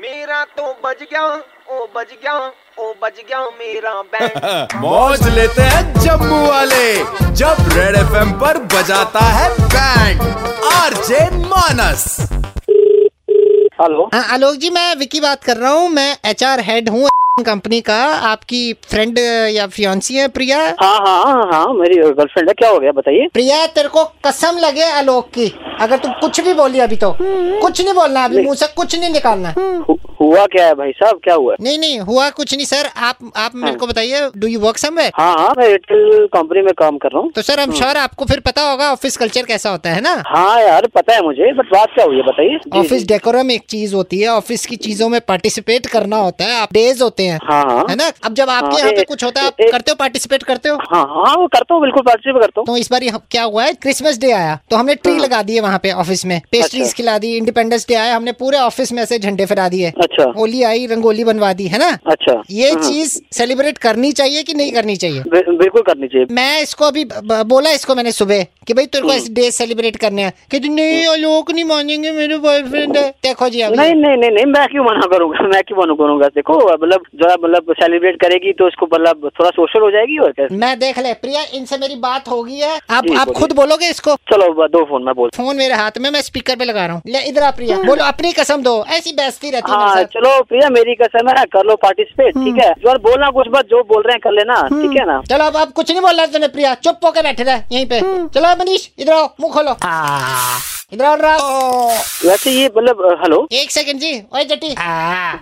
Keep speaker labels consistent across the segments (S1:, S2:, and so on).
S1: मेरा तो बज गया ओ बज गया ओ बज गया मेरा बैंड
S2: मौज लेते हैं जम्मू वाले जब रेड एफएम पर बजाता है बैंड आरजे मानस
S3: हेलो
S4: हाँ, आलोक जी मैं विकी बात कर रहा हूँ मैं एचआर हेड हूँ कंपनी का आपकी फ्रेंड या फियांसी है प्रिया
S3: हाँ हाँ हाँ हाँ मेरी गर्लफ्रेंड है क्या हो गया बताइए
S4: प्रिया तेरे को कसम लगे आलोक की अगर तुम कुछ भी बोली अभी तो कुछ नहीं बोलना अभी मुंह से कुछ नहीं निकालना
S3: हु- हुआ क्या है भाई साहब क्या हुआ है?
S4: नहीं नहीं हुआ कुछ नहीं सर आप आप मेरे को बताइए डू यू वर्क समवेयर
S3: हाँ हाँ मैं एयरटेल कंपनी में काम कर रहा हूँ
S4: तो सर हम श्योर आपको फिर पता होगा ऑफिस कल्चर कैसा होता है ना
S3: हाँ यार पता है मुझे बट बात क्या हुई है बताइए जी,
S4: ऑफिस
S3: जी।
S4: डेकोरम एक चीज होती है ऑफिस की चीजों में पार्टिसिपेट करना होता है आप डेज होते हैं
S3: हाँ हाँ
S4: है ना अब जब आपके
S3: हाँ,
S4: यहाँ पे
S3: ए-
S4: कुछ होता है आप
S3: ए-
S4: करते हो पार्टिसिपेट करते हो
S3: हाँ हाँ वो करता हूँ बिल्कुल पार्टिसिपेट करता हूँ
S4: तो इस बार ये हम- क्या हुआ है क्रिसमस डे आया तो हमने ट्री लगा दिए वहाँ पे ऑफिस में पेस्ट्रीज
S3: हाँ। अच्छा।
S4: खिला दी इंडिपेंडेंस डे आया हमने पूरे ऑफिस में ऐसे झंडे फहरा दिए
S3: अच्छा
S4: होली आई रंगोली बनवा दी है ना
S3: अच्छा
S4: तो ये
S3: हाँ,
S4: चीज सेलिब्रेट करनी चाहिए कि नहीं करनी चाहिए
S3: बि- बिल्कुल करनी चाहिए
S4: मैं इसको अभी ब- ब- बोला इसको मैंने सुबह कि भाई तेरे को
S3: हम्म।
S4: ऐसे डे सेलिब्रेट करने हैं कहते नहीं ये लोग नहीं मानेंगे मेरे बॉयफ्रेंड है देखो जी अभी
S3: नहीं नहीं नहीं नहीं मैं क्यों मना करूंगा मैं क्यों मना करूंगा देखो मतलब जरा मतलब सेलिब्रेट करेगी तो उसको मतलब थोड़ा सोशल हो जाएगी और कैसे
S4: मैं देख ले प्रिया इनसे मेरी बात होगी है आप
S3: जी,
S4: आप
S3: बोलिए।
S4: खुद बोलोगे इसको
S3: चलो ब- दो फोन मैं बोल
S4: फोन मेरे हाथ में मैं स्पीकर पे लगा रहा हूँ ले इधर आ प्रिया बोलो अपनी कसम दो ऐसी बेस्ती रहती है मेरे
S3: हाँ
S4: साथ।
S3: चलो प्रिया मेरी कसम है कर लो पार्टिसिपेट
S4: हम्म।
S3: ठीक है जो बोलना कुछ बात जो बोल रहे हैं कर लेना ठीक है ना
S4: चलो अब आप कुछ नहीं बोल रहा तूने प्रिया चुप होकर बैठे रहे यहीं पे
S3: हम्म।
S4: चलो मनीष इधर आओ मुंह खोलो इधर आओ राव
S3: वैसे ये मतलब अ, हेलो
S4: एक सेकंड जी ओए जटी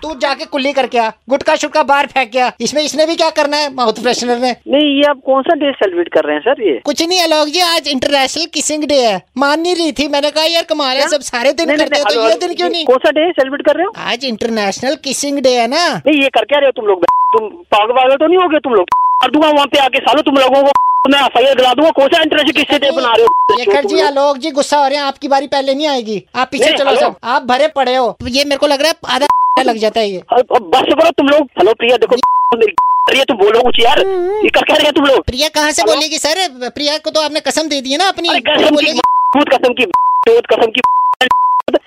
S4: तू जाके कुल्ली करके आ गुटका शुटका बाहर फेंक गया इसमें इसने भी क्या करना है माउथ फ्रेशनर ने
S3: नहीं ये आप कौन सा डे सेलिब्रेट कर रहे हैं सर ये
S4: कुछ नहीं आलोक जी आज इंटरनेशनल किसिंग डे है मान नहीं रही थी मैंने कहा यार कमाल है सब सारे दिन
S3: नहीं, नहीं,
S4: करते हो
S3: नहीं,
S4: तो
S3: हेलो,
S4: ये दिन क्यों नहीं
S3: कौन सा डे सेलिब्रेट कर रहे हो
S4: आज इंटरनेशनल किसिंग डे है ना
S3: नहीं ये कर क्या रहे हो तुम लोग तुम पागल वागल तो नहीं हो गए तुम लोग कर दूंगा वहाँ पे आके सालों तुम लोगों को मैं एफ दिला दूंगा कौन सा इंटरेस्ट किससे डे बना रहे हो जो
S4: शेखर
S3: तुम
S4: जी
S3: लोग-
S4: आलोक जी गुस्सा हो रहे हैं आपकी बारी पहले नहीं आएगी आप पीछे
S3: नहीं,
S4: चलो
S3: हेलो।
S4: सब आप भरे पड़े हो ये मेरे को लग रहा है आधा लग जाता है ये
S3: अब अब बस करो तुम लोग हेलो प्रिया देखो मेरी रही है तुम बोलो कुछ यार
S4: हम्म।
S3: ये कर क्या रहे हैं तुम लोग
S4: प्रिया कहाँ से
S3: हेलो?
S4: बोलेगी सर प्रिया को तो आपने कसम दे दी है ना अपनी
S3: अरे
S4: वो
S3: कसम की
S4: बोलेगी
S3: भूत कसम की भूत कसम की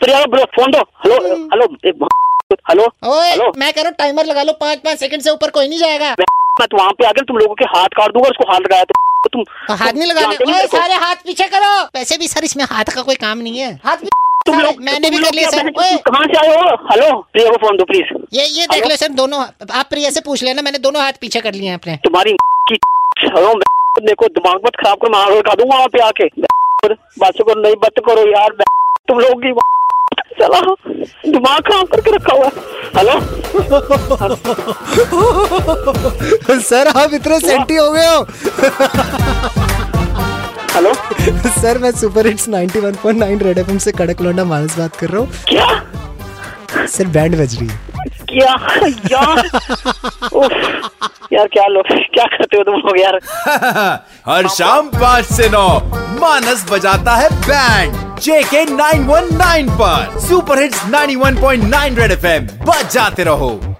S3: प्रिया ब्रो फोन दो हेलो
S4: हम्म।
S3: हेलो एक भूत, हेलो
S4: ओए
S3: हेलो
S4: मैं कह रहा हूँ टाइमर लगा लो पाँच पाँच सेकंड से ऊपर कोई नहीं जाएगा
S3: मैं तो वहाँ पे आ गया तुम लोगों के हाथ काट दूंगा उसको हाथ लगाया तो तुम
S4: और हाथ
S3: जानते
S4: नहीं लगाना
S3: नहीं
S4: ओए
S3: मेरे को।
S4: सारे हाथ पीछे करो वैसे भी सर इसमें हाथ का कोई काम नहीं है हाथ भी
S3: तुम
S4: सारे-
S3: लोग
S4: मैंने
S3: तुम
S4: भी
S3: लोग
S4: कर लिया
S3: क्या
S4: सर
S3: बहन-
S4: ओए
S3: कहाँ से आए हो हेलो प्रिया को फोन दो प्लीज
S4: ये ये देख
S3: हेलो?
S4: लो सर दोनों आप प्रिया से पूछ लेना मैंने दोनों हाथ पीछे कर लिए हैं अपने
S3: तुम्हारी की हेलो देखो दिमाग मत खराब करो मैं हाथ लगा दूंगा वहाँ पे आके बातों करो नहीं बात करो यार तुम लोगों की चला दिमाग खराब करके रखा हुआ है हेलो
S2: सर आप इतने सेंटी हो गए हो
S3: हेलो
S4: सर मैं सुपर हिट्स 91.9 रेड एफएम से कड़क लौंडा मानस बात कर रहा हूँ
S3: क्या
S4: सर बैंड बज रही है
S3: क्या यार उफ, यार क्या लोग क्या करते हो तुम लोग यार
S2: हर शाम पाँच से नौ मानस बजाता है बैंड जेके 919 पर सुपर हिट्स 91.9 रेड एफएम बजाते रहो